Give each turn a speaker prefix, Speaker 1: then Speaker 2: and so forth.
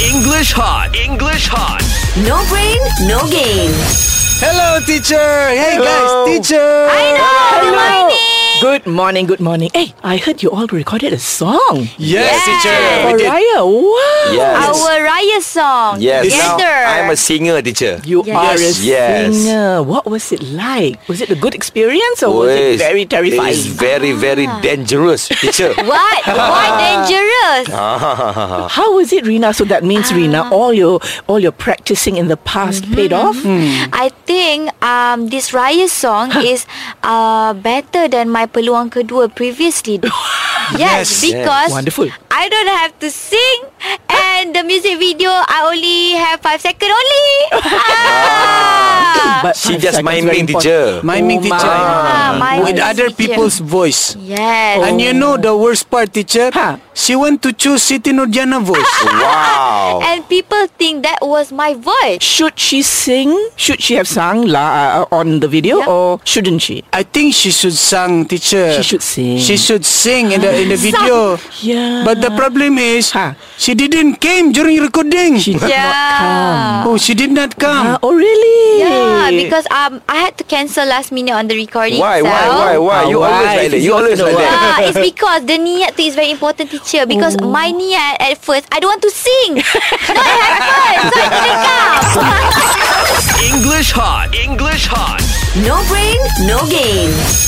Speaker 1: English hot. English hot.
Speaker 2: No brain, no game.
Speaker 3: Hello, teacher. Hey, guys,
Speaker 4: Hello.
Speaker 3: teacher.
Speaker 5: Good morning, good morning. Hey, I heard you all recorded a song
Speaker 3: Yes, teacher.
Speaker 5: for
Speaker 3: We did.
Speaker 5: Raya. Wow.
Speaker 4: Yes.
Speaker 2: Our Raya song.
Speaker 4: yes. Now
Speaker 2: Together.
Speaker 4: I'm a singer, teacher.
Speaker 5: You
Speaker 2: Yes.
Speaker 5: are a
Speaker 4: Yes.
Speaker 5: singer. What was it like? Was it a good experience or was
Speaker 4: Always.
Speaker 5: it Oh, very terrifying?
Speaker 4: It's very, very dangerous, teacher.
Speaker 2: What? Why dangerous?
Speaker 5: How was it, Rina? So
Speaker 2: Ah.
Speaker 5: that means, Rina, all your all your practicing in the past
Speaker 2: Mm-hmm,
Speaker 5: paid off.
Speaker 2: Hmm. I think um, this Raya song is uh, better than my peluang kedua previously. yes,
Speaker 3: Yes.
Speaker 2: because
Speaker 5: Wonderful.
Speaker 2: I don't have to sing and the music video I only have five second only. ah.
Speaker 5: But
Speaker 4: She
Speaker 5: five
Speaker 4: just
Speaker 5: seconds,
Speaker 4: miming,
Speaker 5: very important.
Speaker 4: teacher.
Speaker 3: Miming,
Speaker 5: Oh,
Speaker 3: teacher.
Speaker 2: Ah, my
Speaker 3: With other
Speaker 2: teacher.
Speaker 3: people's voice.
Speaker 2: Yes.
Speaker 3: And
Speaker 5: Oh.
Speaker 3: you know the worst part, teacher?
Speaker 5: Huh.
Speaker 3: She want to choose Siti Nurjana voice.
Speaker 4: wow.
Speaker 2: And people think that was my voice.
Speaker 5: Should she sing? Should she have sung la, uh, on the video
Speaker 2: Yeah.
Speaker 5: or shouldn't she?
Speaker 3: I think she should sing, teacher.
Speaker 5: She should sing.
Speaker 3: She should sing in the in the video.
Speaker 5: Yeah.
Speaker 3: But the problem is,
Speaker 5: Huh.
Speaker 3: she didn't came during recording.
Speaker 5: She did not
Speaker 2: Yeah.
Speaker 3: oh, she did not come.
Speaker 5: Ah, oh, really?
Speaker 2: Yeah, because um, I had to cancel last minute on the recording.
Speaker 4: Why, why,
Speaker 2: itself.
Speaker 4: why, why? You
Speaker 5: Ah,
Speaker 4: always
Speaker 5: why?
Speaker 4: like that. You
Speaker 5: You
Speaker 4: always
Speaker 5: know
Speaker 4: like that.
Speaker 2: Ah, it's because the niat tu is very important teacher because
Speaker 4: Oh.
Speaker 2: my niat at first I don't want to sing. Not happen. So I couldn't come.
Speaker 1: English hot. English hot.
Speaker 2: No brain, no game.